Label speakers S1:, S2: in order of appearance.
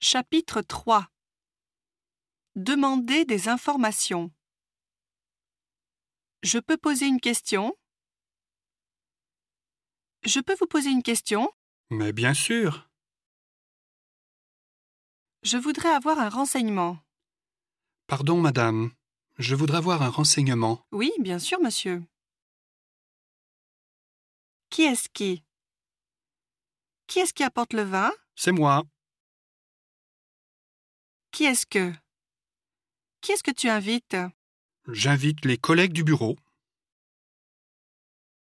S1: Chapitre 3 Demander des informations. Je peux poser une question Je peux vous poser une question
S2: Mais bien sûr,
S1: Je voudrais avoir un renseignement.
S2: pardon, madame, je voudrais avoir un renseignement.
S1: Oui, bien sûr, monsieur. Qui est-ce qui Qui est-ce qui apporte le vin
S2: C'est moi,
S1: Qui est-ce que Qui est-ce que tu invites
S2: j'invite les collègues du bureau.